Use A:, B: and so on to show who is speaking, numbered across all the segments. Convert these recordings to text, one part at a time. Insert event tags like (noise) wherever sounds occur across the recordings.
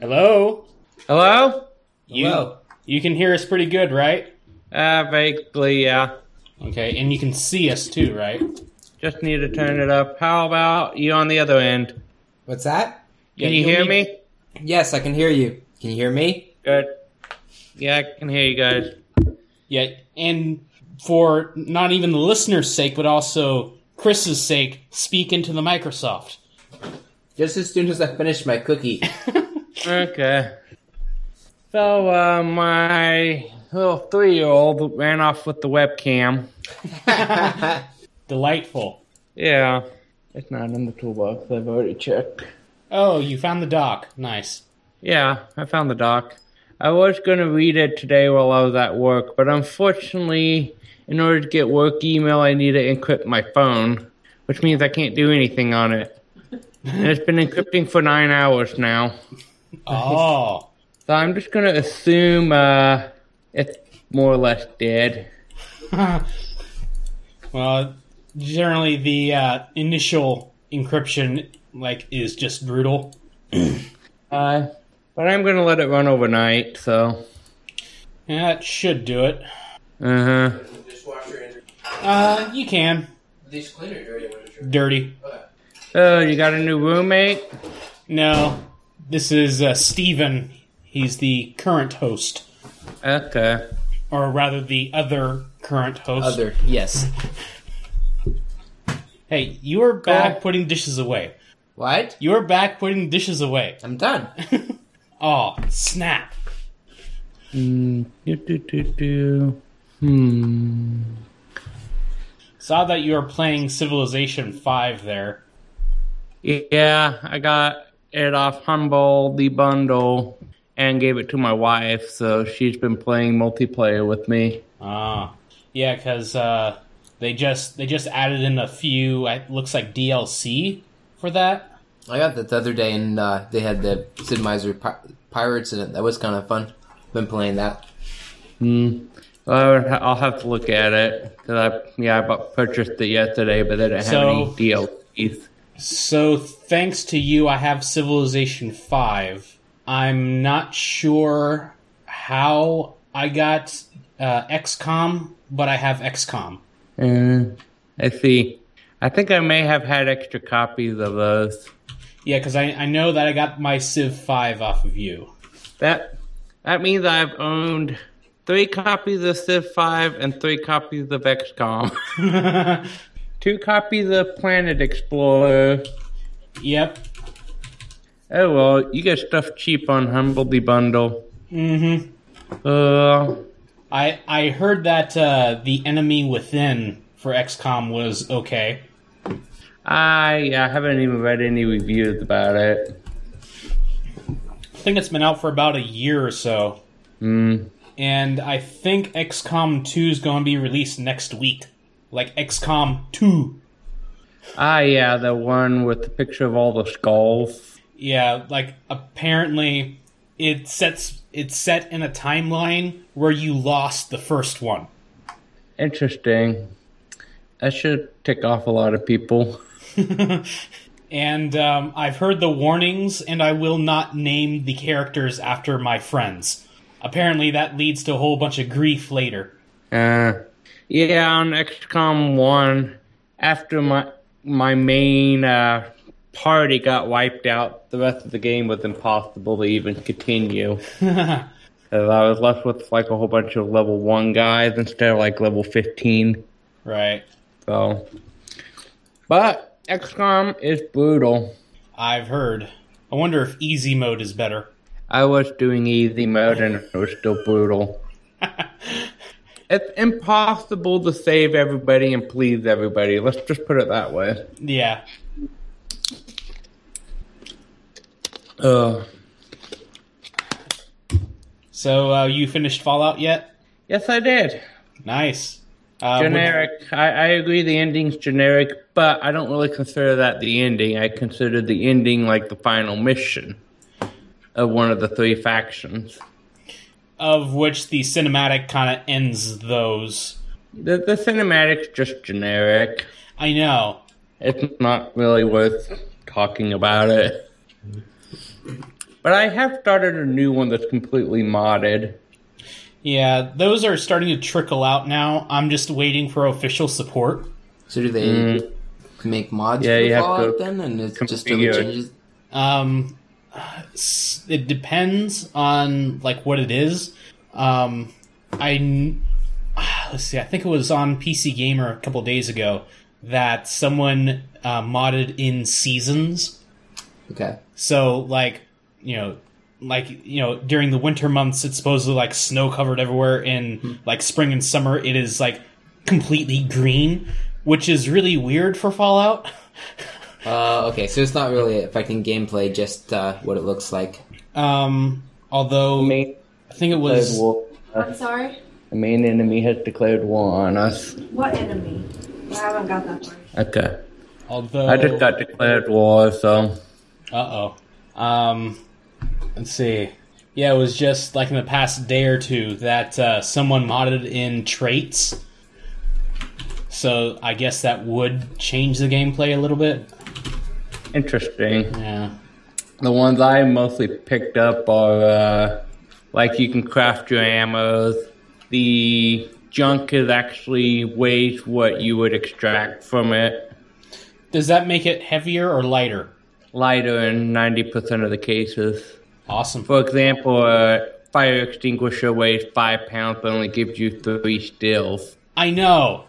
A: Hello?
B: Hello?
A: You,
C: Hello.
A: you can hear us pretty good, right?
B: Uh, vaguely, yeah.
A: Okay, and you can see us too, right?
B: Just need to turn it up. How about you on the other end? Can
C: What's that?
A: Yeah,
B: you
A: you'll
B: hear
A: need-
B: me?
C: Yes, I can hear you. Can you hear me?
B: Good. Yeah, I can hear you guys.
A: Yeah, and for not even the listener's sake, but also Chris's sake, speak into the Microsoft.
C: Just as soon as I finish
B: (laughs)
C: my cookie.
B: Okay. So, uh, my little three year old ran off with the webcam.
A: Delightful.
B: Yeah. It's not in the toolbox. I've already checked.
A: Oh, you found the dock.
C: (laughs)
A: Nice.
B: Yeah, I found the doc. I was going to read it today while I was at work, but unfortunately, in order to get work email, I need to encrypt my phone, which means I can't do anything on it. And it's been encrypting for nine hours now.
A: Oh,
B: So I'm just going to assume uh, it's more or less dead.
A: well, generally the uh, initial encryption like is just brutal.
B: Uh, but I'm going to let it run overnight, so.
A: Yeah, it should do it.
B: Uh huh.
A: Uh, you can.
C: These clean or dirty
A: Dirty.
B: Oh, you got a new roommate?
A: No, this is uh, Steven. He's the current host,
B: Okay.
A: or rather, the other current host.
C: Other, yes.
A: Hey, you are back
B: Cool.
A: putting dishes away.
C: What?
A: You are back putting dishes away.
C: I'm done.
A: Oh, snap.
B: Mm, do, do, do, do. Hmm.
A: Saw that you are playing Civilization 5 there.
B: Yeah, I got it off Humble the bundle and gave it to my wife, so she's been playing multiplayer with me.
A: Ah. Yeah, cuz uh they just they just added in a few it looks like DLC for that.
C: I got that the other day, and uh, they had the Sid Meiser pi- Pirates in it. That was kind of fun. Been playing that.
B: Hmm. Well, I would ha- I'll have to look at it because I yeah I bought, purchased it yesterday, but they didn't have any
A: So-
B: DLCs.
A: So thanks to you I have Civilization 5. I'm not sure how I got uh, XCOM, but I have XCOM.
B: Uh, I see. I think I may have had extra copies of those.
A: Yeah, cuz I I know that I got my Civ 5 off of you. (laughs)
B: That that means I've owned three copies of Civ Five and three copies of XCOM. (laughs) Two copies of Planet Explorer.
A: Yep.
B: Oh well, you get stuff cheap on Humble the Bundle.
A: Mhm.
B: Uh,
A: I I heard that uh, the enemy within for XCOM was okay.
B: I I haven't even read any reviews about it.
A: I think it's been out for about a year or so,
B: Hmm.
A: and I think XCOM Two is going to be released next week, like XCOM Two.
B: Ah, yeah, the one with the picture of all the skulls.
A: Yeah, like apparently it sets it's set in a timeline where you lost the first one. (laughs)
B: Interesting. That should tick off a lot of people.
A: And um, I've heard the warnings, and I will not name the characters after my friends. Apparently, that leads to a whole bunch of grief later.
B: Uh, yeah, on XCOM one, after my my main uh, party got wiped out, the rest of the game was impossible to even continue. 'Cause I was left with like a whole bunch of level one guys instead of like level fifteen.
A: Right.
B: So, but XCOM is brutal.
A: I've heard. I wonder if easy mode is better.
B: I was doing easy mode and it was still brutal. It's impossible to save everybody and please everybody. Let's just put it that way.
A: yeah.
B: Uh,
A: So uh, you finished Fallout yet?
B: yes, I did.
A: Nice. Uh, would-
B: Generic. I, I agree the ending's generic, but I don't really consider that the ending. I consider the ending like the final mission of one of the three factions.
A: of which the cinematic kind of ends those.
B: The, the cinematic's just generic.
A: I know.
B: It's not really worth talking about it. But I have started a new one that's completely modded.
A: Yeah, those are starting to trickle out now. I'm just waiting for official support.
C: So do they make
B: Mm.
C: mods
B: Yeah,
C: for
B: you have
C: Fallout
B: to
C: then, and it's just
B: configure
C: little
B: it.
C: changes?
A: Um, s- it depends on like what it is. Um, I kn- let's see. I think it was on PC Gamer a couple days ago that someone uh, modded in seasons.
C: Okay.
A: So like you know, like you know, during the winter months, it's supposedly like snow covered everywhere. In like spring and summer, it is like completely green, which is really weird for Fallout. (laughs)
C: Uh, okay, so it's not really affecting gameplay, just uh, what it looks like.
A: Um, although
B: Main
A: I think it
B: declared
A: was
B: war.
D: I'm sorry.
B: The main enemy has declared war on us.
D: What enemy? I haven't got that far.
B: Okay.
A: although
B: I just got declared war, so
A: Uh oh. Um, let's see. Yeah, it was just like in the past day or two that uh, someone modded in traits. So I guess that would change the gameplay a little bit.
B: interesting.
A: Yeah.
B: The ones I mostly picked up are uh, like you can craft your ammos. The junk is actually weighs what you would extract from it.
A: Does that make it heavier or lighter?
B: Lighter in 90% of the cases.
A: Awesome.
B: For example, a fire extinguisher weighs five pounds but only gives you three stills.
A: I know.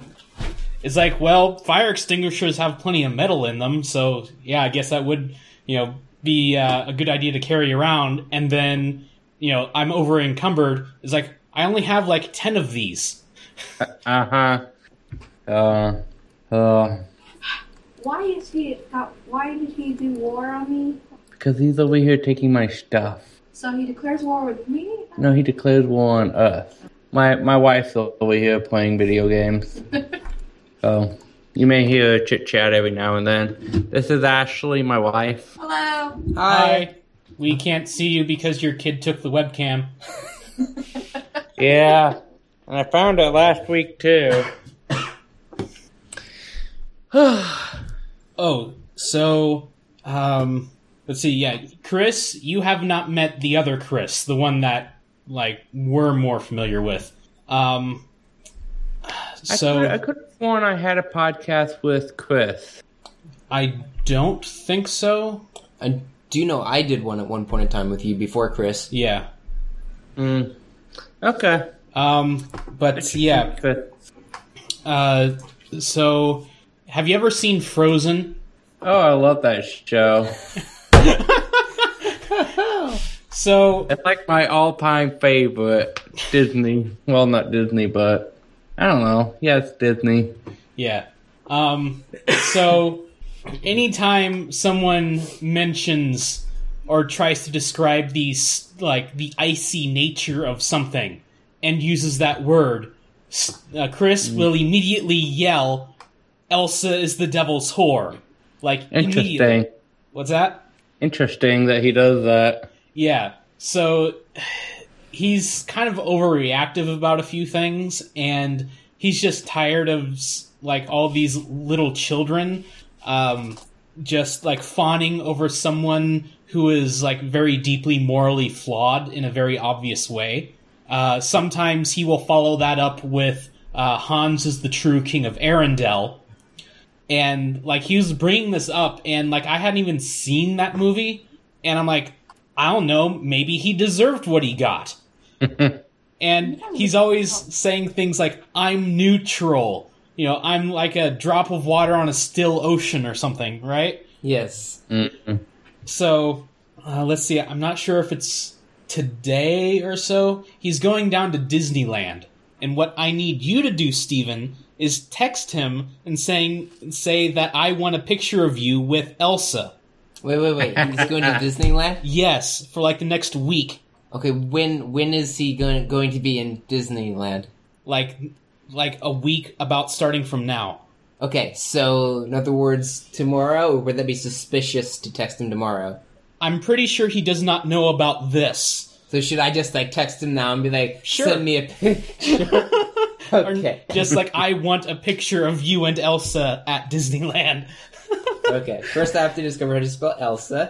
A: It's like, well, fire extinguishers have plenty of metal in them, so yeah, I guess that would, you know, be uh, a good idea to carry around. And then, you know, I'm over encumbered. It's like I only have like ten of these.
B: Uh-huh. Uh uh
D: Why is he? Got, why did he do war on me?
B: because he's over here taking my stuff.
D: So he declares war with me.
B: No, he declared war on us. My my wife's over here playing video games. oh. You may hear her chit chat every now and then. This is Ashley, my wife.
D: Hello.
A: Hi. We can't see you because your kid took the webcam.
B: Yeah. And I found it last week too.
A: Oh, so um let's see, yeah. Chris, you have not met the other Chris, the one that like we're more familiar with. Um so
B: I could have sworn I had a podcast with Chris.
A: I don't think so.
C: I do know I did one at one point in time with you before, Chris.
A: Yeah.
B: Mm. Okay.
A: Um but yeah,
B: Good.
A: uh so have you ever seen Frozen?
B: Oh, I love that show.
A: So
B: It's like my all-time favorite Disney. Well, not Disney, but I don't know. Yeah, it's Disney.
A: Yeah. Um, so, anytime someone mentions or tries to describe these, like the icy nature of something, and uses that word, s- uh, Chris will immediately yell, "Elsa is the devil's whore!" Like immediately.
B: Interesting.
A: What's that?
B: Interesting that he does that.
A: Yeah. So he's kind of overreactive about a few things, and he's just tired of s- like all these little children, um, just like fawning over someone who is like very deeply morally flawed in a very obvious way. Uh, sometimes he will follow that up with uh, Hans is the true king of Arendelle. And like he was bringing this up, and like I hadn't even seen that movie, and I'm like, I don't know, maybe he deserved what he got. and he's always saying things like, I'm neutral. You know, I'm like a drop of water on a still ocean or something, right?
C: Yes.
A: So, uh, let's see, I'm not sure if it's today or so. He's going down to Disneyland. And what I need you to do, Steven, is text him and saying say that I want a picture of you with Elsa.
C: Wait, wait, wait. He's going
B: (laughs)
C: to Disneyland.
A: Yes, for like the next week.
C: Okay, when when is he going going to be in Disneyland?
A: like like a week about starting from now.
C: Okay, so in other words, tomorrow. Or would that be suspicious to text him tomorrow?
A: I'm pretty sure he does not know about this.
C: So should I just like text him now and be like,
A: Sure.
C: send me a picture?
A: (laughs) Or
C: okay,
A: (laughs) Just like I want a picture of you and Elsa at Disneyland. (laughs)
C: okay. First, I have to discover how to spell Elsa.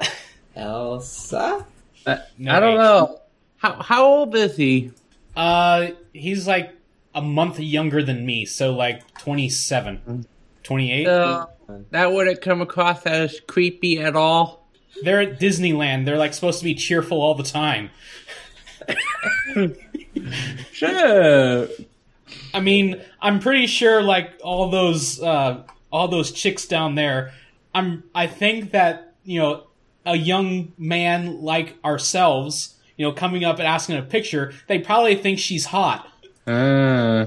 C: Elsa.
B: Uh,
A: No
B: I don't
A: age.
B: know. How how old is he?
A: Uh, he's like a month younger than me, so like 27, 28.
B: Uh, that wouldn't come across as creepy at all.
A: They're at Disneyland. They're like supposed to be cheerful all the time.
B: Sure.
A: I mean, I'm pretty sure like all those uh, all those chicks down there. I'm I think that you know a young man like ourselves, you know, coming up and asking a picture, they probably think she's hot.
B: Uh,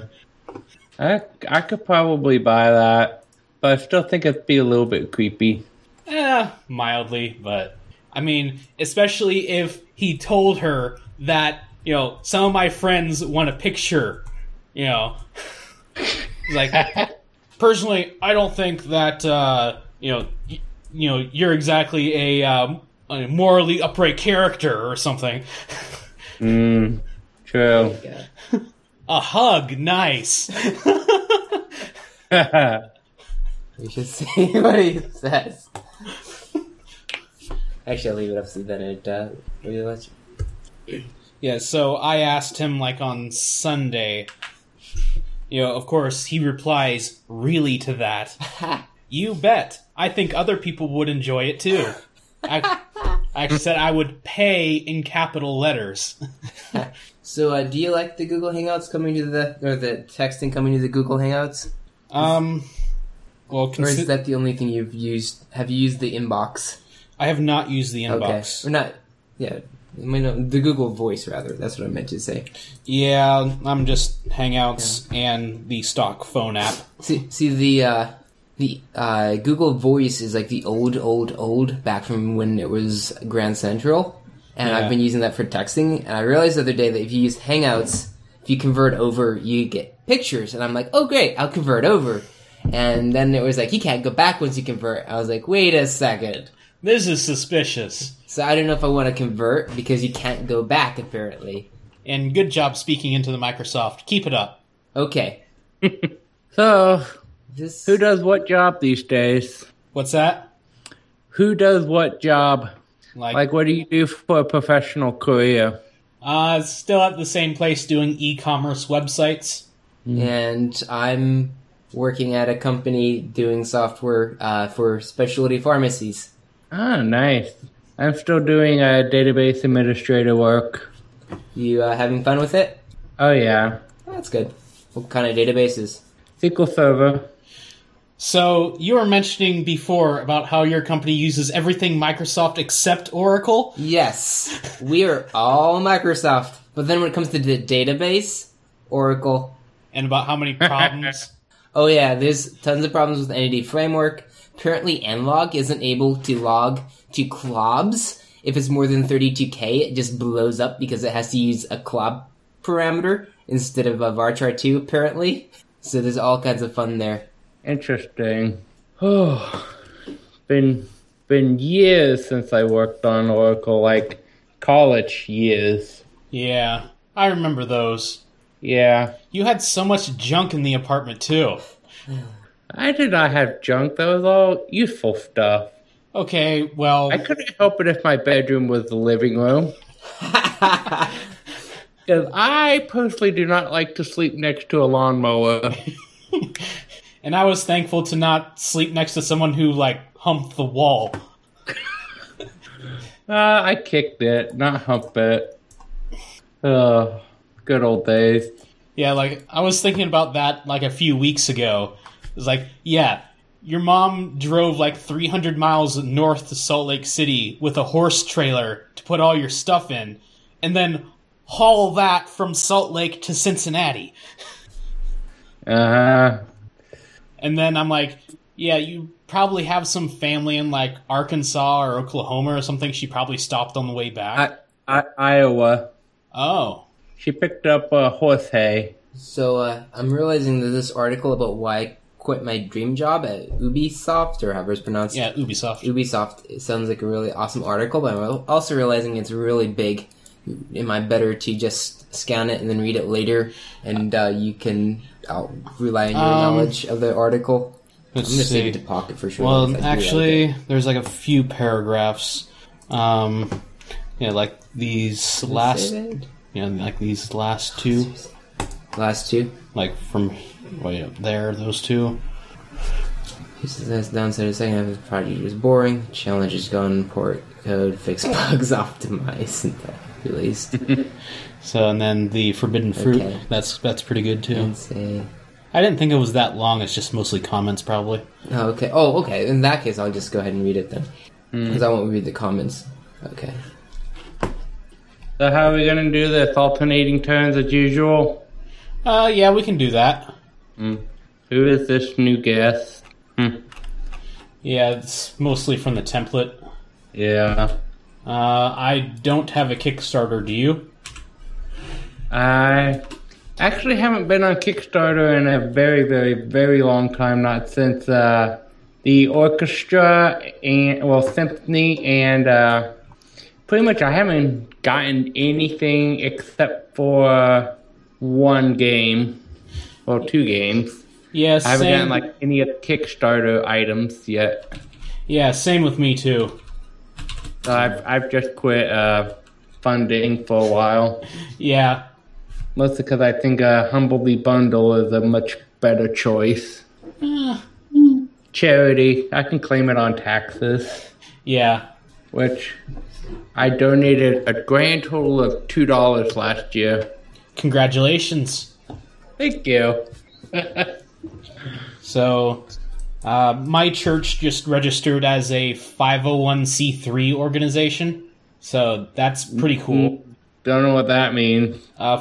B: I I could probably buy that, but I still think it'd be a little bit creepy.
A: Eh, mildly, but I mean, especially if he told her that you know some of my friends want a picture. You know, (laughs) He's like personally, I don't think that uh, you know y- you know you're exactly a, um, a morally upright character or something. (laughs)
B: Mm, true. (laughs)
A: a hug, nice. (laughs)
C: We should (laughs) see what he says. Actually, I'll leave it up so then it uh, really lets you.
A: Yeah, so I asked him like on Sunday. You know, of course, he replies really to that. you bet. I think other people would enjoy it too. I, I actually said I would pay in capital letters.
C: So, uh, do you like the Google Hangouts coming to the or the texting coming to the Google Hangouts,
A: Um, well,
C: or is
A: consi-
C: that the only thing you've used? Have you used the inbox?
A: I have not used the
C: Okay,
A: inbox.
C: or not? Yeah, I mean, no, the Google Voice rather. That's what I meant to say.
A: Yeah, I'm just Hangouts and the stock phone app.
C: See, see the uh, the uh, Google Voice is like the old, old, old back from when it was Grand Central, and
A: Yeah.
C: I've been using that for texting. And I realized the other day that if you use Hangouts, if you convert over, you get pictures. And I'm like, oh great, I'll convert over. And then it was like you can't go back once you convert. I was like, wait a second.
A: This is suspicious.
C: So I don't know if I want to convert because you can't go back apparently.
A: And good job speaking into the Microsoft. Keep it up.
C: Okay,
B: so,
C: this
B: who does what job these days?
A: What's that?
B: Who does what job? Like, what do you do for a professional career?
A: Uh, still at the same place doing e-commerce websites.
C: and I'm working at a company doing software uh, for specialty pharmacies.
B: Ah, nice. I'm still doing uh, database administrator work.
C: You uh, having fun with it?
B: Oh yeah,
C: That's good. What kind of databases?
B: SQL Server.
A: So you were mentioning before about how your company uses everything Microsoft except Oracle.
C: Yes, we are all Microsoft. But then when it comes to the database, Oracle.
A: And about how many problems.
C: Oh yeah, there's tons of problems with NAD framework. Apparently, nlog isn't able to log to clobs. If it's more than 32k, it just blows up because it has to use a clob parameter instead of a varchar2 apparently. So there's all kinds of fun there.
B: Interesting. Oh, been been years since I worked on Oracle, like college years.
A: yeah, I remember those.
B: Yeah,
A: You had so much junk in the apartment too.
B: I did not have junk. That was all useful stuff.
A: Okay, well,
B: I couldn't help it if my bedroom was the living room. Because I personally do not like to sleep next to a lawnmower.
A: and I was thankful to not sleep next to someone who like humped the wall.
B: Uh, I kicked it, not hump it. Oh, good old days.
A: Yeah, like I was thinking about that like a few weeks ago. It was like, yeah, your mom drove like 300 miles north to Salt Lake City with a horse trailer to put all your stuff in, and then haul that from Salt Lake to Cincinnati.
B: Uh huh.
A: And then I'm like, yeah, you probably have some family in like Arkansas or Oklahoma or something. She probably stopped on the way back.
B: I, I, Iowa.
A: oh,
B: She picked up uh, horse hay.
C: So uh, I'm realizing that this article about why I quit my dream job at Ubisoft, or however it's pronounced,
A: yeah, Ubisoft.
C: Ubisoft it sounds like a really awesome article, but I'm also realizing it's really big. Am I better to just scan it and then read it later, and uh, you can uh, rely on your
A: Um,
C: knowledge of the article?
A: Let's
C: I'm gonna save
A: see.
C: it to pocket for sure. if I
A: Well,
C: do like it.
A: actually, there's like a few paragraphs. Um, Yeah, like these last, you know, like these last two,
C: Last two.
A: like from way up there, those two.
C: He says that's downside of the second half of the project was boring. Challenge is gone. Port code fix (laughs) bugs optimize and that released.
A: So, and then the forbidden fruit.
C: Okay.
A: That's that's pretty good too.
C: and say,
A: I didn't think it was that long. It's just mostly comments, probably.
C: oh, okay. Oh, okay. In that case, I'll just go ahead and read it then,
A: Hmm.
C: because I won't read the comments. Okay.
B: So how are we gonna do this? Alternating turns as usual.
A: Uh, yeah, we can do that.
B: Who is this new guest?
A: Yeah, it's mostly from the template.
B: Yeah,
A: Uh, I don't have a Kickstarter. Do you?
B: I actually haven't been on Kickstarter in a very, very, very long time. Not since uh, the orchestra and well symphony and uh, pretty much I haven't gotten anything except for one game or two games.
A: Yeah, same.
B: I haven't gotten like any of the Kickstarter items yet.
A: yeah, same with me too.
B: So I've I've just quit uh, funding for a while,
A: Yeah,
B: mostly because I think a Humblebee bundle is a much better choice. Charity, I can claim it on taxes,
A: yeah.
B: which I donated a grand total of two dollars last year.
A: Congratulations.
B: Thank you.
A: So, uh, my church just registered as a 501c3 organization. So that's
C: Mm-hmm.
A: pretty cool.
B: Don't know what that means.
A: Uh,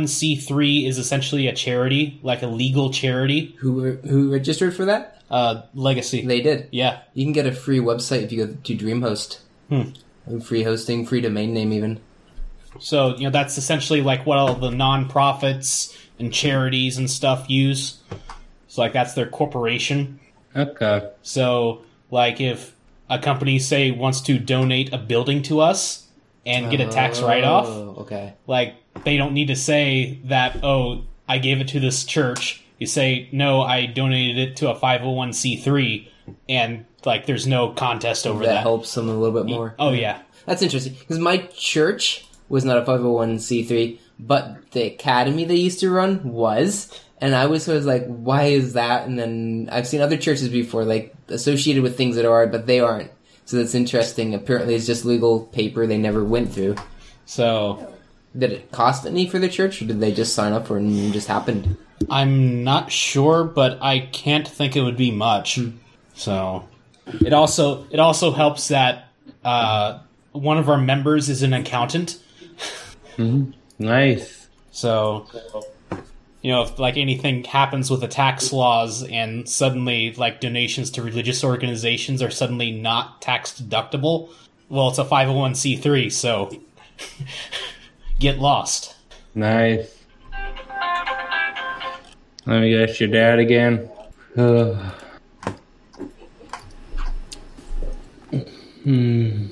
A: 501c3 is essentially a charity, like a legal charity.
C: Who were- who registered for that?
A: Uh, legacy.
C: They did.
A: yeah.
C: You can get a free website if you go to DreamHost.
A: Hmm.
C: And free hosting, free domain name, even.
A: So you know that's essentially like what all the nonprofits and charities and stuff use. So like that's their corporation.
B: Okay.
A: So, like, if a company say wants to donate a building to us and get a tax write off,
C: Oh, Okay.
A: like they don't need to say that. Oh, I gave it to this church. You say no, I donated it to a five hundred one c three, and like there's no contest over
C: That,
A: that.
C: helps them a little bit more.
A: Oh yeah,
C: That's interesting because my church was not a 501c3, but the academy they used to run was. And I was always like, why is that? And then I've seen other churches before, like associated with things that are, but they aren't. So that's interesting. Apparently, it's just legal paper they never went through.
A: so
C: Did it cost any for the church, or did they just sign up for it and it just happened? (laughs)
A: I'm not sure, but I can't think it would be much. So it also it also helps that uh, one of our members is an accountant.
B: Nice.
A: So, you know, if like anything happens with the tax laws and suddenly like donations to religious organizations are suddenly not tax deductible, well, it's a 501c3, so (laughs) get lost.
B: Nice. Let me guess, your dad again. (sighs) Ugh. hmm.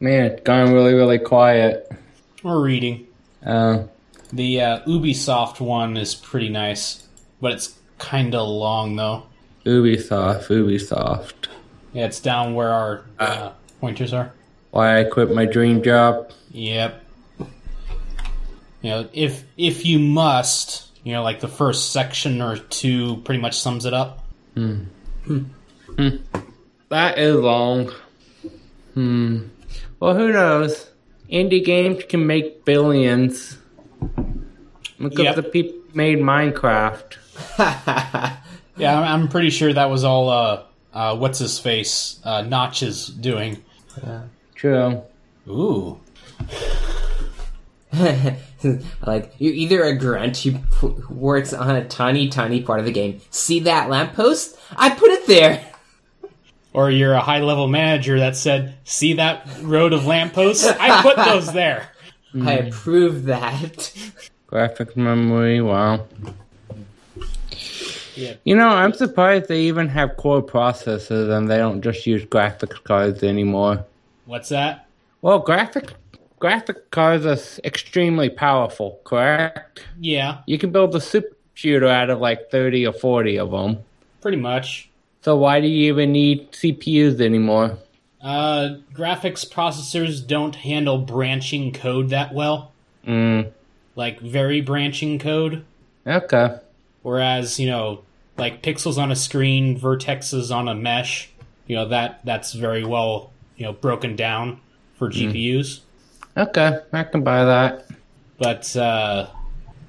B: Man, it's gone really, really quiet.
A: We're reading.
B: Uh,
A: The uh, Ubisoft one is pretty nice, but it's kind of long though.
B: Ubisoft, Ubisoft.
A: Yeah, it's down where our uh, pointers are.
B: Why I quit my dream job.
A: Yep. You know, if if you must, you know, like the first section or two pretty much sums it up.
B: That is long. Hmm. Well, who knows? Indie games can make billions. Look
A: Yep.
B: at the people who made Minecraft.
A: Yeah, I'm, I'm pretty sure that was all. Uh, uh, what's his face? Uh, Notches doing.
B: True.
A: Ooh.
C: like you're either a grunt who p- works on a tiny, tiny part of the game. See that lamppost? I put it there.
A: Or you're a high level manager that said, "See that road of lampposts? I put those there."
C: I
A: Mm.
C: approve that.
B: Graphic memory, wow.
A: Yeah.
B: You know, I'm surprised they even have core processors and they don't just use graphics cards anymore.
A: What's that?
B: Well, graphic graphic cards are s- extremely powerful, correct?
A: Yeah,
B: You can build a super shooter out of like 30 or 40 of them.
A: pretty much.
B: So why do you even need CPUs anymore?
A: Uh, graphics processors don't handle branching code that well,
B: Mm,
A: like very branching code.
B: okay.
A: Whereas, you know, like pixels on a screen, vertexes on a mesh, you know, that that's very well, you know, broken down for GPUs.
B: Okay. I can buy that.
A: But uh,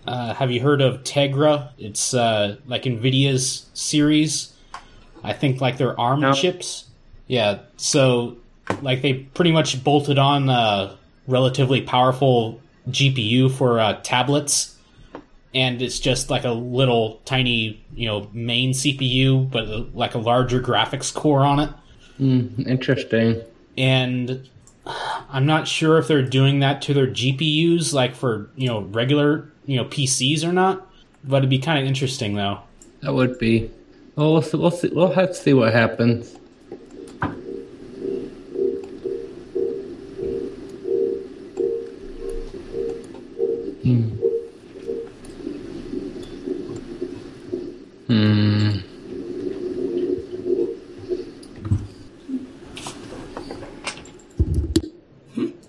A: uh, have you heard of Tegra? It's uh, like Nvidia's series. I think like their ARM
B: No.
A: chips. Yeah, so like they pretty much bolted on a relatively powerful GPU for uh, tablets, and it's just like a little tiny you know main CPU, but uh, like a larger graphics core on it
B: Mm, interesting.
A: and I'm not sure if they're doing that to their GPUs, like for you know regular you know PCs or not. But it'd be kind of interesting though.
B: That would be. Well, we'll see. We'll, see, we'll have to see what happens. Hmm. Hmm.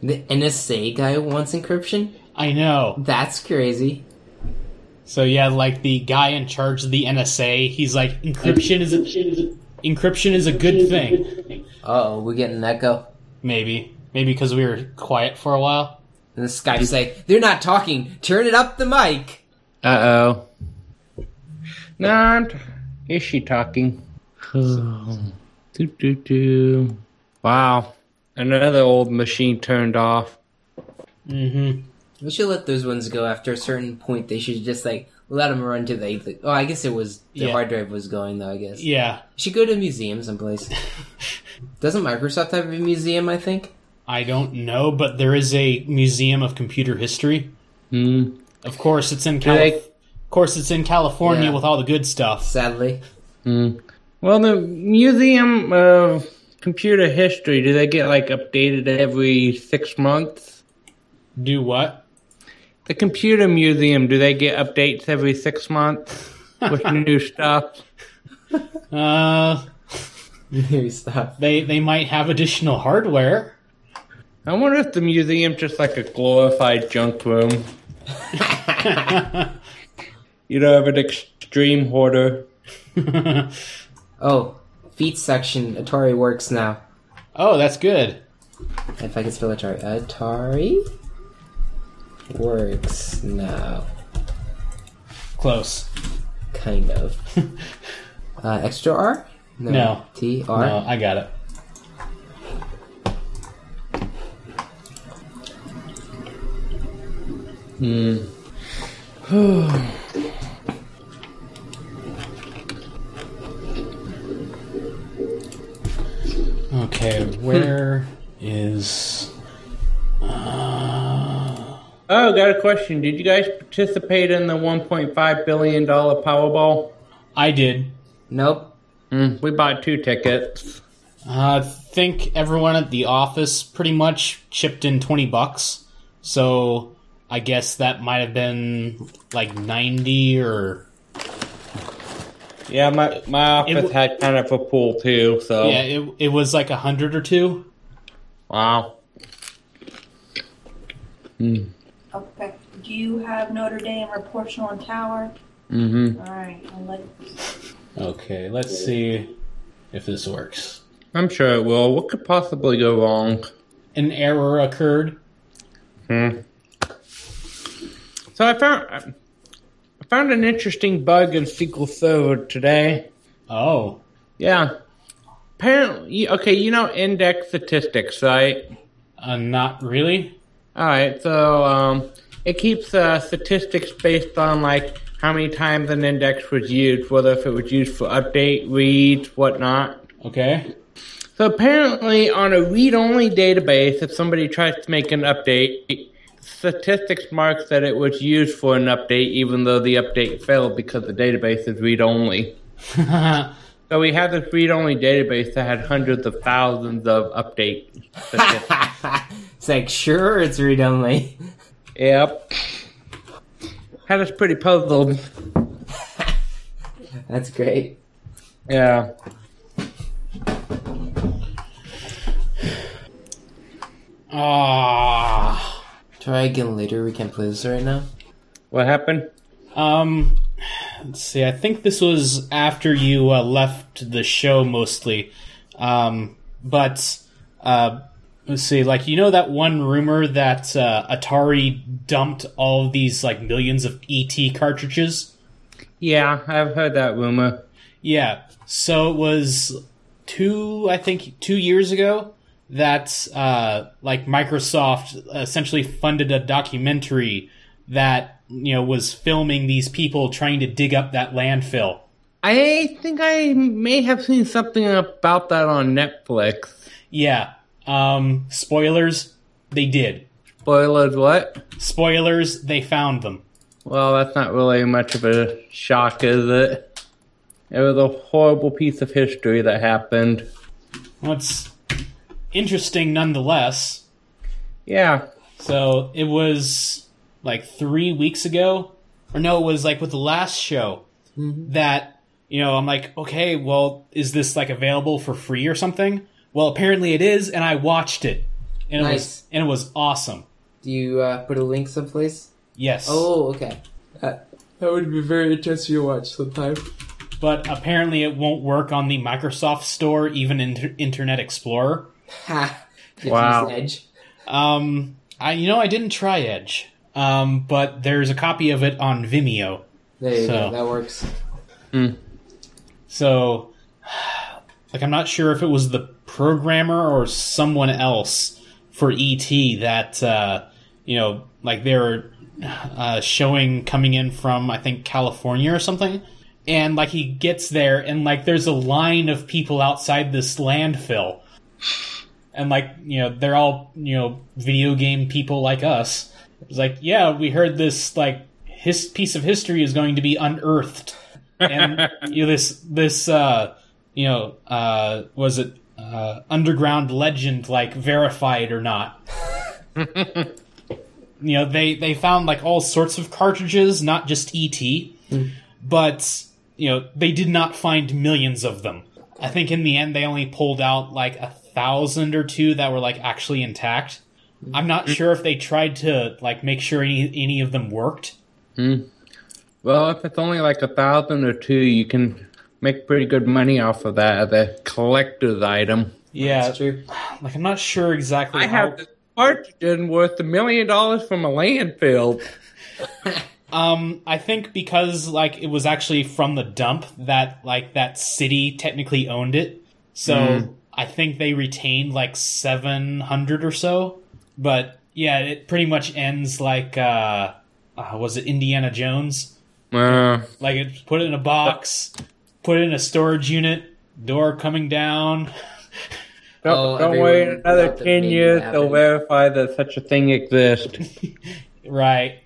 C: The NSA guy wants encryption?
A: I know.
C: That's crazy.
A: So yeah, like the guy in charge of the NSA, he's like encryption is a, encryption is a good thing.
C: Uh oh, we're getting an echo.
A: Maybe maybe because we were quiet for a while.
C: And the Skype's like, they're not talking. Turn it up the mic.
B: Uh oh. No, I'm t- is she talking? (sighs) do, do, do. Wow. Another old machine turned off.
A: Mm-hmm.
C: We should let those ones go after a certain point. They should just like let them run to the. the- oh, I guess it was the
A: Yeah.
C: hard drive was going though. I guess
A: Yeah,
C: should go to a museum someplace.
A: (laughs)
C: Doesn't Microsoft have a museum? I think.
A: I don't know, but there is a museum of computer history.
B: Hmm.
A: Of course, it's in
B: Do
A: Cali-
B: they-
A: Of course, it's in California
C: Yeah.
A: with all the good stuff.
C: Sadly, (laughs)
B: Hmm. Well, the Museum of Computer History, do they get like updated every six months?
A: Do what?
B: The Computer Museum, do they get updates every six months with new stuff?
A: Uh,
C: maybe stop.
A: they they might have additional hardware. (laughs)
B: I wonder if the museum's just like a glorified junk room. You know, of an extreme hoarder.
A: oh,
C: Oh, feet section. Atari works now.
A: that's good.
C: If I can spell Atari, Atari works now.
A: Close.
C: Kind of.
A: (laughs)
C: uh, extra R?
A: No.
C: T
A: No,
C: R.
A: I got it. Hmm. (sighs) okay, where is?
B: Oh, got a question. Did you guys participate in the $1.5 billion Powerball?
A: I did.
C: Nope. (laughs)
B: Hmm, we bought two tickets.
A: Uh, I think everyone at the office pretty much chipped in 20 bucks. So I guess that might have been like 90 or.
B: Yeah, my, my office
A: w-
B: had kind of a pool too, so.
A: Yeah, it, it was like a 100 or two.
B: Wow.
D: Okay. Do you have Notre Dame or Porcelain Tower?
B: Mm-hmm.
D: All right. I'll let
A: Okay, let's see if this works.
B: I'm sure it will. What could possibly go wrong?
A: An error occurred.
B: Hmm. So I found I found an interesting bug in SQL Server today.
A: Oh,
B: Yeah. Apparently, okay, you know index statistics, right?
A: uh, not really.
B: All right, so um, it keeps uh, statistics based on like how many times an index was used, whether if it was used for update, reads, whatnot.
A: Okay.
B: So apparently, on a read-only database, if somebody tries to make an update, statistics marks that it was used for an update, even though the update failed because the database is (laughs) read-only. So we had this read-only database that had hundreds of thousands of updates.
C: it's like sure, it's read only.
B: (laughs) Yep. Had us pretty puzzled.
C: (laughs) That's great.
B: Yeah.
A: Ah.
C: Try again later. We can't play this right now.
B: What happened?
A: Um, let's see. I think this was after you uh, left the show mostly. Um, but uh, let's see. Like you know that one rumor that uh, Atari dumped all these like millions of ET cartridges.
B: Yeah, I've heard that rumor.
A: Yeah. So it was two, I think, two years ago that uh, like Microsoft essentially funded a documentary that you know was filming these people trying to dig up that landfill.
B: I think I may have seen something about that on Netflix.
A: Yeah. Um, spoilers. They did.
B: Spoilers, what?
A: Spoilers. They found them.
B: Well, that's not really much of a shock, is it? It was a horrible piece of history that happened.
A: Well, it's interesting nonetheless.
B: Yeah,
A: So it was like three weeks ago, or no, it was like with the last show
C: Mm-hmm.
A: that you know I'm like, okay, well, is this like available for free or something? Well, apparently it is, and I watched it, and it was
C: Nice.
A: and it was awesome.
C: Do you uh, put a link someplace?
A: Yes.
C: Oh, okay. That, that would be very interesting to watch sometime.
A: But apparently it won't work on the Microsoft Store, even in Internet Explorer.
C: Ha! Just use
B: Wow.
C: Edge.
A: Um, I you know I didn't try Edge, um, but there's a copy of it on Vimeo.
C: There you
A: So.
C: go. That works.
A: So, (sighs) like, I'm not sure if it was the programmer or someone else for ET that, uh, you know, like they were uh, showing coming in from, I think, California or something. And, like, he gets there, and, like, there's a line of people outside this landfill. And, like, you know, they're all, you know, video game people like us. It's like, yeah, we heard this, like, his piece of history is going to be unearthed and you know, this this uh, you know uh, was it uh, underground legend like verified or not? you know they they found like all sorts of cartridges, not just E ET, but you know they did not find millions of them. I think in the end they only pulled out like a thousand or two that were like actually intact. I'm not sure if they tried to like make sure any any of them worked.
B: Well, if it's only like a thousand or two, you can make pretty good money off of that as a collector's item.
A: Yeah,
C: That's true.
A: like I'm not sure exactly.
B: I
A: how-
B: have this cartridge worth a million dollars from a landfill.
A: Um, I think because like it was actually from the dump that like that city technically owned it, so
C: Mm.
A: I think they retained like seven hundred or so. But yeah, it pretty much ends like uh, uh was it Indiana Jones?
B: Uh,
A: Like it put it in a box, put it in a storage unit, door coming down. (laughs)
B: don't
C: Oh,
B: don't wait
C: everyone
B: another
C: thought that
B: ten
C: maybe it
B: years; they'll
C: happened.
B: verify that such a thing exists. (laughs)
A: Right.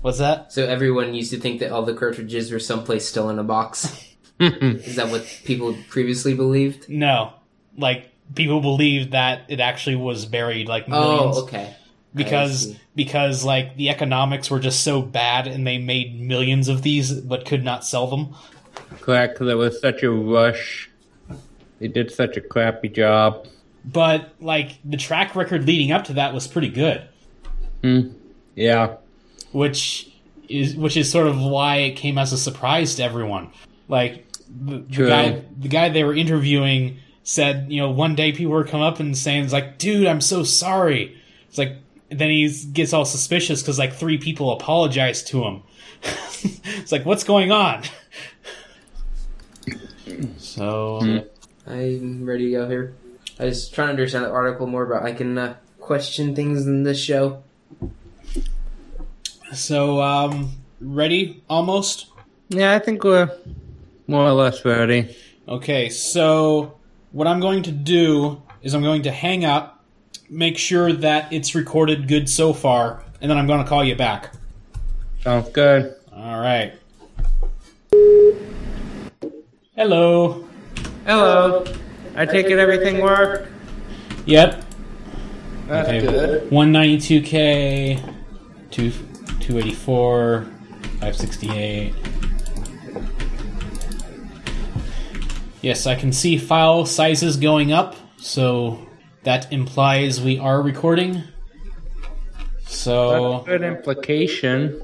A: What's that?
C: So everyone used to think that all the cartridges were someplace still in a box. Is that what people previously believed?
A: No. Like people believe that it actually was buried like millions.
C: Oh, okay. I
A: because
C: see.
A: because like the economics were just so bad and they made millions of these but could not sell them.
B: Correct. 'cause There was such a rush. They did such a crappy job.
A: But like the track record leading up to that was pretty good,
B: Hmm. Yeah.
A: which is which is sort of why it came as a surprise to everyone. Like the, the
B: True.
A: guy the guy they were interviewing said, you know, one day people would come up and saying, "It's like, dude, I'm so sorry." It's like then he gets all suspicious because like three people apologized to him. (laughs) it's like, what's going on? (laughs) So
C: I'm ready to go here. I was trying to understand the article more, but I can uh, question things in this show.
A: so um, ready almost.
B: Yeah, I think we're more or less ready.
A: Okay, so what I'm going to do is I'm going to hang up, make sure that it's recorded good so far, and then I'm going to call you back.
B: Sounds good.
A: All right. Hello.
B: Hello. I take it everything worked.
A: Yep.
B: That's
A: Okay.
B: good.
A: 192k, two, 284, 568. Yes, I can see file sizes going up, so That implies we are recording. So,
B: That's good implication.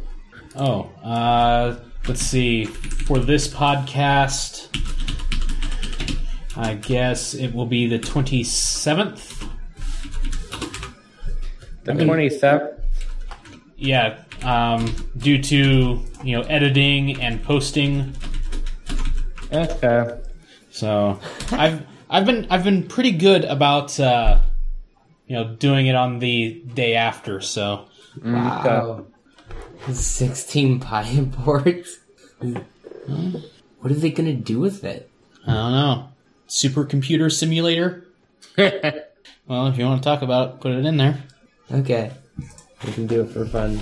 A: oh, uh, let's see. For this podcast, I guess it will be the 27th.
B: The twenty seventh.
A: Yeah, um, due to, you know, editing and posting.
B: Okay.
A: So I've I've been I've been pretty good about uh, you know doing it on the day after. So
B: Mm, (laughs)
C: Wow. (laughs) 16 pie boards? What are they gonna do with it?
A: I don't know supercomputer simulator. Well, if you want to talk about, it, put it in there.
C: Okay. We can do it for fun.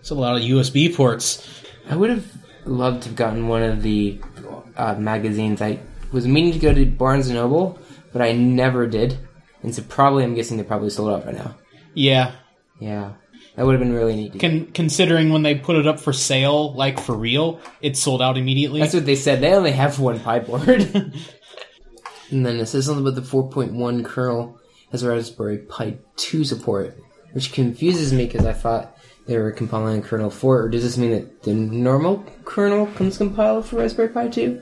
A: It's a lot of USB ports.
C: I would have loved to have gotten one of the uh, magazines. I was meaning to go to Barnes & Noble, but I never did. And so probably, I'm guessing they're probably sold out right now.
A: Yeah,
C: Yeah. That would have been really neat. to get.
A: Con- considering when they put it up for sale, like for real, it sold out immediately.
C: That's what they said. They only have one pie board. (laughs) and then it says something about the 4.1 kernel as Raspberry Pi 2 support, which confuses me because I thought they were compiling kernel 4. Or does this mean that the normal kernel comes compiled for Raspberry Pi 2?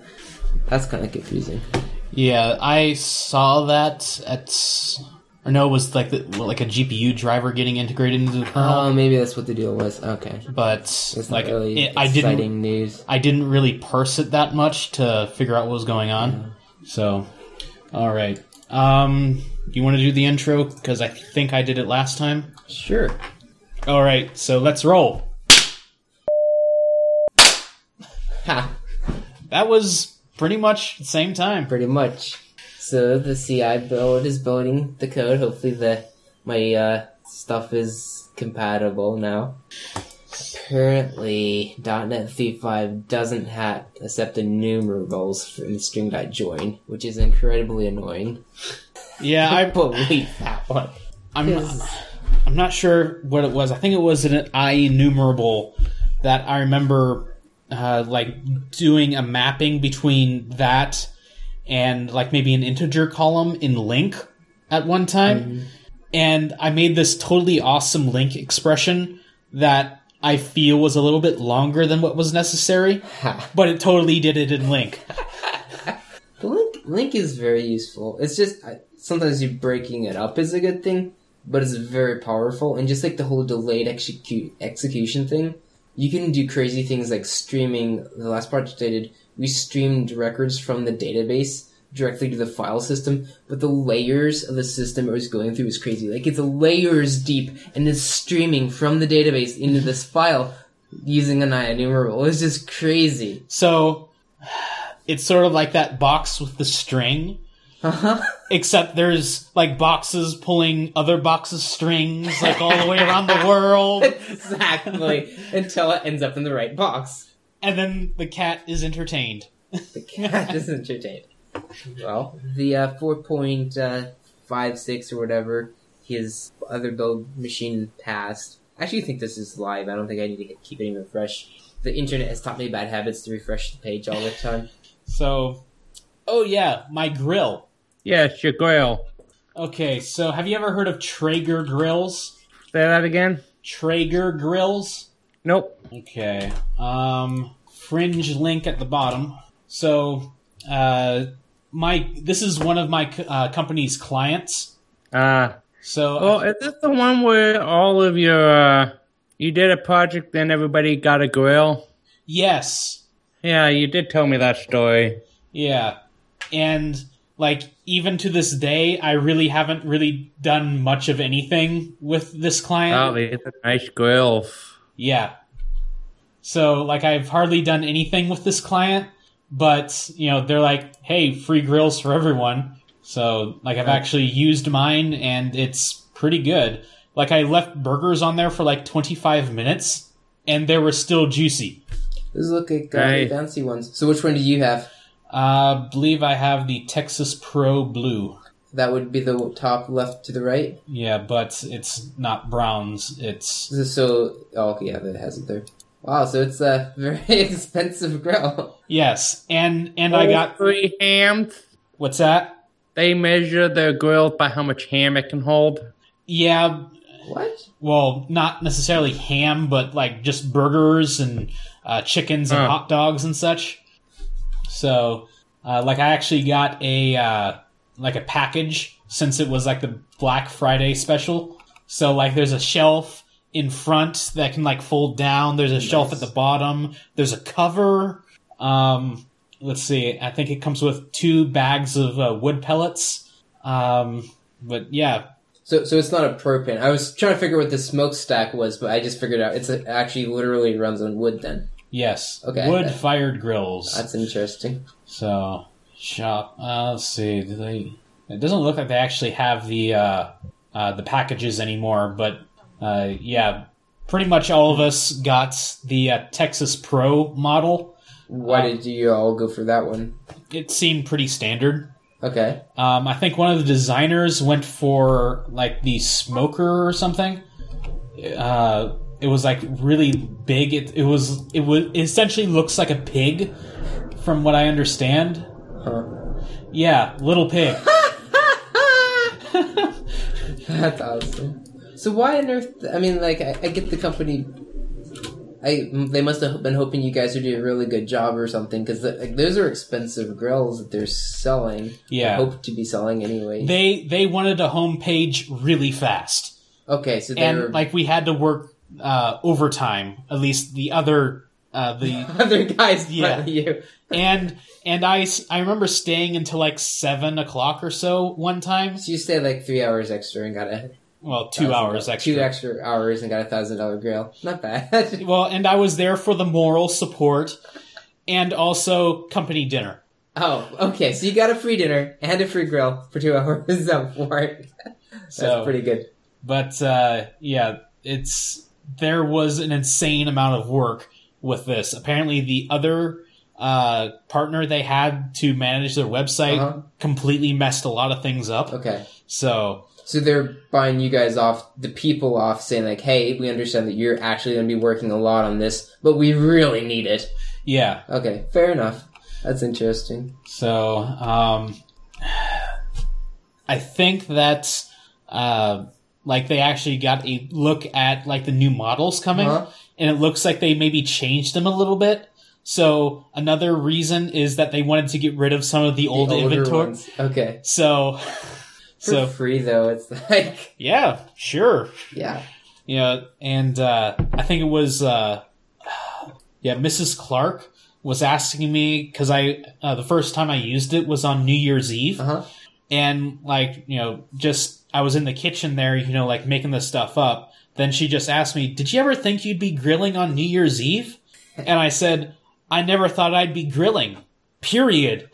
C: That's kind of confusing.
A: yeah, I saw that at. s- Or no, it was like the, well, like a GPU driver getting integrated into the kernel.
C: Oh, maybe that's what the deal was. Okay.
A: but
C: That's
A: Uh-huh. like
C: not really
A: it, I
C: exciting
A: didn't
C: news.
A: I didn't really parse it that much to figure out what was going on. So, all right. Um, you want to do the intro because I think I did it last time.
C: Sure.
A: All right, so let's roll.
C: Ha.
A: That was pretty much the same time.
C: pretty much. So the CI build is building the code. Hopefully the my uh, stuff is compatible now. Apparently, .NET 3.5 doesn't ha- accept enumerables from string.join, which is incredibly annoying.
A: Yeah,
C: I
A: I,
C: believe that one. (laughs)
A: I'm I'm not sure what it was. I think it was an innumerable that I remember uh, like doing a mapping between that and like maybe an integer column in link at one time. And I made this totally awesome link expression that I feel was a little bit longer than what was necessary,
C: Ha.
A: but it totally did it in link.
C: The link link is very useful. It's just I, sometimes you breaking it up is a good thing, but it's very powerful. And just like the whole delayed execute execution thing, you can do crazy things like streaming. The last project I did, we streamed records from the database directly to the file system, but the layers of the system it was going through was crazy. Like it's layers deep and it's streaming from the database into this file using an enumerable. It's just crazy. (laughs)
A: So it's sort of like that box with the string. Except there's like boxes pulling other boxes strings like all the way around the world,
C: (laughs) exactly until it ends up in the right box.
A: and then the cat is entertained.
C: The cat is entertained. Well, the uh, 4.56 or whatever his other build machine passed. I actually think this is live. I don't think I need to keep anything fresh. The internet has taught me bad habits to refresh the page all the time.
A: So, oh yeah, my grill.
B: Yes, your grill.
A: Okay, so have you ever heard of Traeger grills?
B: Say that again.
A: Traeger grills.
B: Nope.
A: Okay. Um, fringe link at the bottom. So, uh, my this is one of my c- uh, company's clients.
B: Uh
A: So,
B: oh, is this the one where all of your uh, you did a project then everybody got a grill?
A: yes,
B: Yeah, you did tell me that story.
A: yeah, and like even to this day, I really haven't really done much of anything with this client.
B: Oh, it's a nice grill.
A: Yeah. So like I've hardly done anything with this client, but you know, they're like, "Hey, free grills for everyone." So like I've actually used mine and it's pretty good. Like I left burgers on there for like 25 minutes and they were still juicy.
C: Those look like uh,
B: Right.
C: fancy ones. So, which one do you have?
A: I Uh, believe I have the Texas Pro Blue.
C: That would be the top left to the right.
A: Yeah, but it's not browns. It's
C: This is so. Oh, yeah, that has it there. Wow, so it's a (laughs) very expensive grill.
A: yes, and and I got
B: three hams.
A: what's that?
B: They measure their growth by how much ham it can hold.
A: Yeah,
C: What?
A: well, not necessarily ham, but like just burgers and uh, chickens and
B: Huh.
A: hot dogs and such. So, uh, like, I actually got a uh, like a package since it was like the Black Friday special. So, like, there's a shelf in front that can like fold down. There's a shelf at the bottom. There's a cover. Um, let's see. I think it comes with two bags of uh, wood pellets. Um, but yeah,
C: So, so it's not a propane. I was trying to figure what the smokestack was, but I just figured out it's a, actually literally runs on wood. Then
A: Yes.
C: Okay.
A: Wood fired grills.
C: that's interesting.
A: so shop. Uh, let's see. Do they? It doesn't look like they actually have the uh, uh, the packages anymore. But uh, yeah, pretty much all of us got the uh, Texas Pro model.
C: Why
A: Um,
C: did you all go for that one?
A: It seemed pretty standard.
C: Okay,
A: Um, I think one of the designers went for like the smoker or something. Uh, it was like really big. It, it was it was it essentially looks like a pig, from what I understand.
C: huh.
A: Yeah, little pig.
C: (laughs) that's awesome. So why on earth? I mean, like I, I get the company. I they must have been hoping you guys would do a really good job or something because like, those are expensive grills that they're selling.
A: Yeah.
C: hope to be selling anyway.
A: they they wanted a homepage really fast,
C: okay, so they
A: and
C: were
A: like we had to work uh, overtime. At least the other uh, the
C: (laughs) (laughs) other guys.
A: Yeah.
C: Yeah, you.
A: and and I s- I remember staying until like seven o'clock or so one time.
C: So you stayed like three hours extra and got a
A: Well, two
C: thousand
A: hours
C: dollars-
A: extra.
C: Two extra hours and got a thousand dollar grill. Not bad. (laughs)
A: Well, and I was there for the moral support and also company dinner.
C: oh, okay. So you got a free dinner and a free grill for two (laughs) hours of work. That's
A: So,
C: pretty good.
A: but uh, yeah, it's there was an insane amount of work with this. Apparently, the other uh, partner they had to manage their website
C: Uh-huh.
A: completely messed a lot of things up.
C: Okay.
A: So
C: So they're buying you guys off, the people off, saying like, "Hey, we understand that you're actually going to be working a lot on this, but we really need it."
A: yeah,
C: Okay, fair enough. That's interesting.
A: so um, I think that uh, like they actually got a look at like the new models coming.
C: Huh?
A: and it looks like they maybe changed them a little bit. So another reason is that they wanted to get rid of some of the, old
C: The older
A: inventory.
C: ones. Okay. (laughs)
A: So,
C: For
A: so
C: free though, it's (laughs) like,
A: yeah, sure,
C: yeah.
A: you know, and uh, I think it was uh, yeah, Mrs. Clark was asking me because I uh, the first time I used it was on New Year's Eve,
C: Uh huh.
A: and like you know just i was in the kitchen there you know like making this stuff up then she just asked me did you ever think you'd be grilling on new year's eve and i said i never thought i'd be grilling period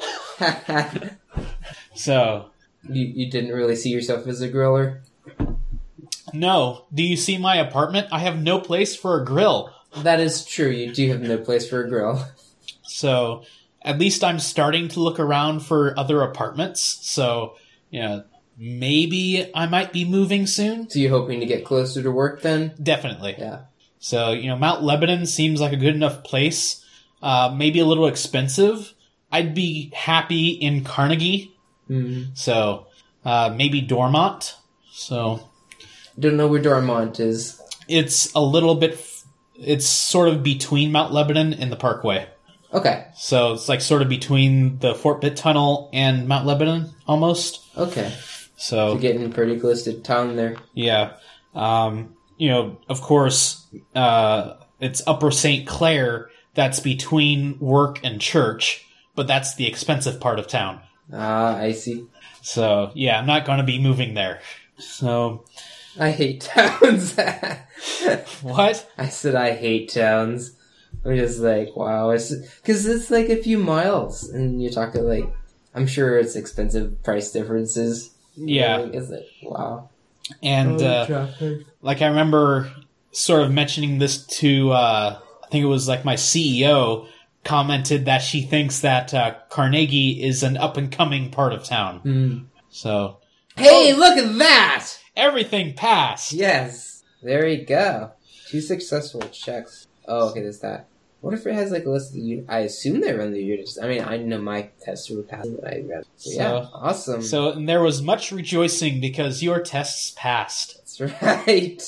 A: so
C: (laughs) you you didn't really see yourself as a griller.
A: no do you see my apartment i have no place for a grill
C: That is true. You do have no place for a grill.
A: so at least i'm starting to look around for other apartments so you know maybe i might be moving soon
C: So you hoping to get closer to work then?
A: definitely
C: Yeah.
A: So, you know, Mount Lebanon seems like a good enough place. Uh, maybe a little expensive. I'd be happy in Carnegie. Mm-hmm.
C: Mm.
A: So, uh, maybe Dormont. So,
C: Don't know where Dormont is.
A: it's a little bit, f- it's sort of between Mount Lebanon and the Parkway.
C: Okay.
A: So, it's like sort of between the Fort Pitt Tunnel and Mount Lebanon almost.
C: Okay.
A: So,
C: You're getting pretty close to town there.
A: Yeah. Um, you know, of course, uh, it's Upper St. Clair that's between work and church, but that's the expensive part of town.
C: Ah, I see.
A: So, yeah, I'm not going to be moving there. So,
C: I hate (laughs) towns.
A: what?
C: I said I hate towns. I'm just like, wow. Because it's like a few miles, and you're talking like, I'm sure it's expensive price differences.
A: Yeah.
C: Like, is it? Wow.
A: And, uh, like, I remember sort of mentioning this to, uh, I think it was like my CEO commented that she thinks that uh, Carnegie is an up and coming part of town.
C: Mm.
A: So,
C: Hey, look at that!
A: everything passed.
C: Yes. There you go. Two successful checks. Oh, okay, there's that. What if it has like a list of units? I assume they run the units. I mean, I know my tests were passed, but I read. So, yeah,
A: So-
C: awesome.
A: So and there was much rejoicing because your tests passed.
C: That's (laughs) right.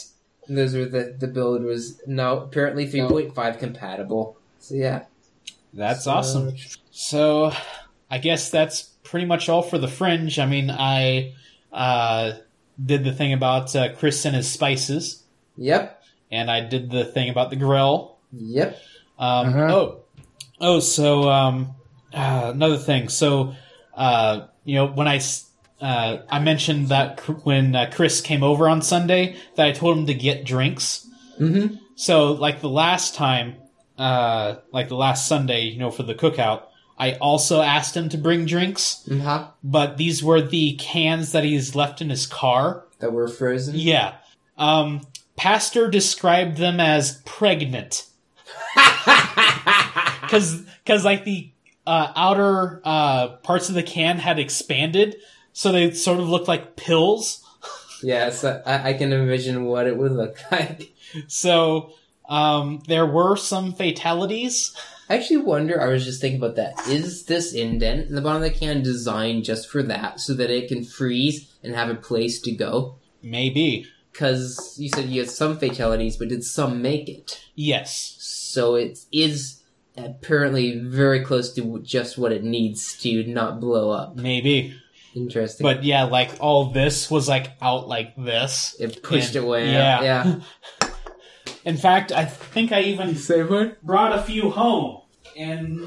C: And those were the the build was no apparently three point five compatible. So yeah,
A: That's
C: So-
A: awesome. So I guess that's pretty much all for the fringe. I mean, I uh, did the thing about uh, Chris and his spices,
C: Yep,
A: and I did the thing about the grill.
C: yep.
A: Um,
B: Uh-huh.
A: Oh, oh. So um, uh, another thing. So uh, you know, when I s- uh, I mentioned that cr- when uh, Chris came over on Sunday, that I told him to get drinks.
C: Mm-hmm.
A: So like the last time, uh, like the last Sunday, you know, for the cookout, I also asked him to bring drinks,
C: Uh-huh.
A: but these were the cans that he's left in his car.
C: That were frozen.
A: Yeah. Um, Pastor described them as pregnant. because because like the uh, outer uh, parts of the can had expanded, so they sort of looked like pills.
C: (laughs) yeah, so I, I can envision what it would look (laughs) like.
A: So um, there were some fatalities.
C: I actually wonder. I was just thinking about that. Is this indent in the bottom of the can designed just for that, so that it can freeze and have a place to go?
A: Maybe
C: Because you said you had some fatalities, but did some make it?
A: yes,
C: So it is apparently very close to just what it needs to not blow up.
A: maybe.
C: Interesting.
A: But yeah, like all this was like out like this.
C: it pushed
A: and-
C: away.
A: yeah.
C: Yeah. yeah.
A: In fact, I think I even brought a few home, and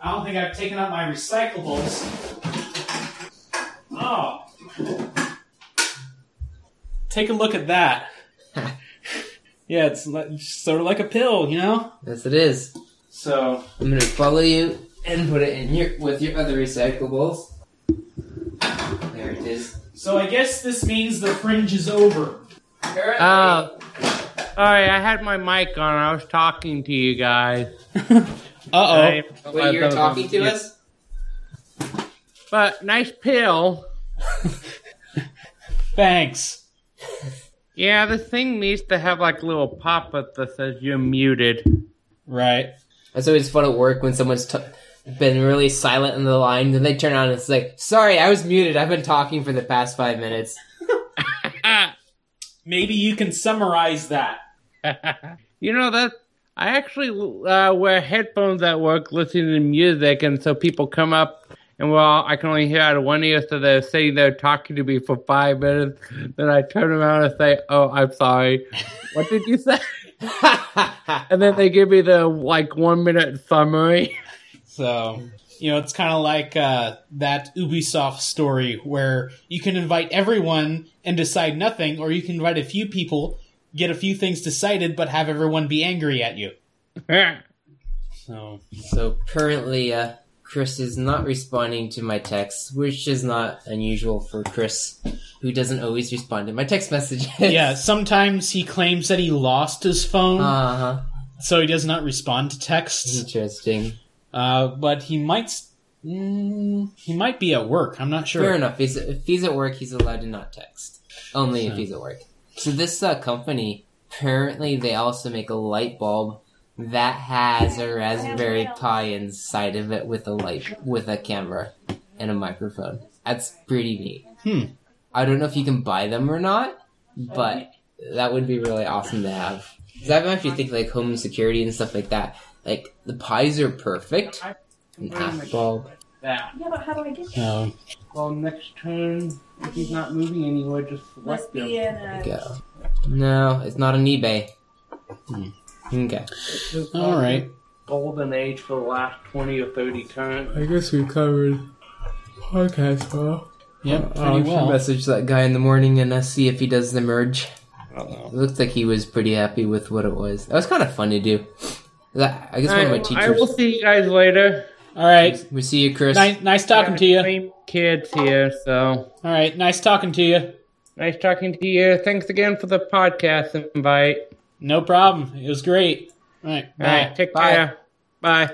A: I don't think I've taken out my recyclables. Oh, take a look at that. yeah, it's li- sort of like a pill, you know.
C: Yes, it is.
A: So
C: I'm gonna follow you and put it in your with your other recyclables. There it is.
A: So I guess this means the fringe is over.
C: Apparently,
B: Uh, Sorry, I had my mic on. I was talking to you guys.
A: Uh
B: I-
C: wait, you're
B: I-
C: talking to
B: yeah.
C: us.
B: But nice pill.
A: oh. Thanks.
B: Yeah, this thing needs to have like a little pop up that says you're muted.
A: Right.
C: It's always fun at work when someone's t- been really silent in the line, then they turn on and it's like, "Sorry, I was muted. I've been talking for the past five minutes." (laughs)
B: Ah.
A: Maybe you can summarize that.
B: (laughs) you know that I actually uh, wear headphones at work listening to music, and so people come up. And well, I can only hear out of one ear, so they're sitting there talking to me for five minutes. Then I turn around and say, "Oh, I'm sorry. What did you say?" (laughs) And then they give me the like one minute summary.
A: So, you know, it's kind of like uh, that Ubisoft story where you can invite everyone and decide nothing, or you can invite a few people, get a few things decided, but have everyone be angry at you. So,
C: So currently, uh, Chris is not responding to my texts, which is not unusual for Chris, who doesn't always respond to my text messages.
A: yeah,
C: (laughs)
A: sometimes he claims that he lost his phone,
C: Uh huh.
A: so he does not respond to texts.
C: Interesting.
A: Uh, but he might. s- Mm, he might be at work. I'm not sure.
C: Fair enough. He's, if he's at work, he's allowed to not text. Only if
A: So-
C: he's at work. So this uh, company, apparently, they also make a light bulb that has a Raspberry Pi inside of it with a light, with a camera, and a microphone. That's pretty neat.
A: Hmm.
C: I don't know if you can buy them or not, but that would be really awesome to have. Because I'm actually thinking like home security and stuff like that. Like the pies are perfect. An half bulb.
B: That.
D: Yeah, but how do I get that?
A: Um,
B: Well, next turn, if he's not moving anywhere, just
D: Must be in a.
C: go. No, it's not on eBay.
A: Hmm.
C: Okay.
A: all right.
B: Golden age for the last twenty or thirty turns.
E: I guess we covered podcast well.
C: Uh,
A: Yep.
E: I'll
A: Pretty
E: Oh.
A: well.
C: Message that guy in the morning and uh, see if he does the merge.
A: Uh-oh.
C: It looked like he was pretty happy with what it was. That was kind of fun to do. That- I guess one of my
B: I, I will
C: teachers.
B: see you guys later.
A: All right.
C: We see you, Chris.
A: Nice, nice talking to you. All
B: Same Kids here, so
A: right. Nice talking to you.
B: nice talking to you. Thanks again for the podcast invite.
A: No problem. It was great. All right.
B: All
A: Bye.
B: right, take
C: Bye.
B: care. Bye.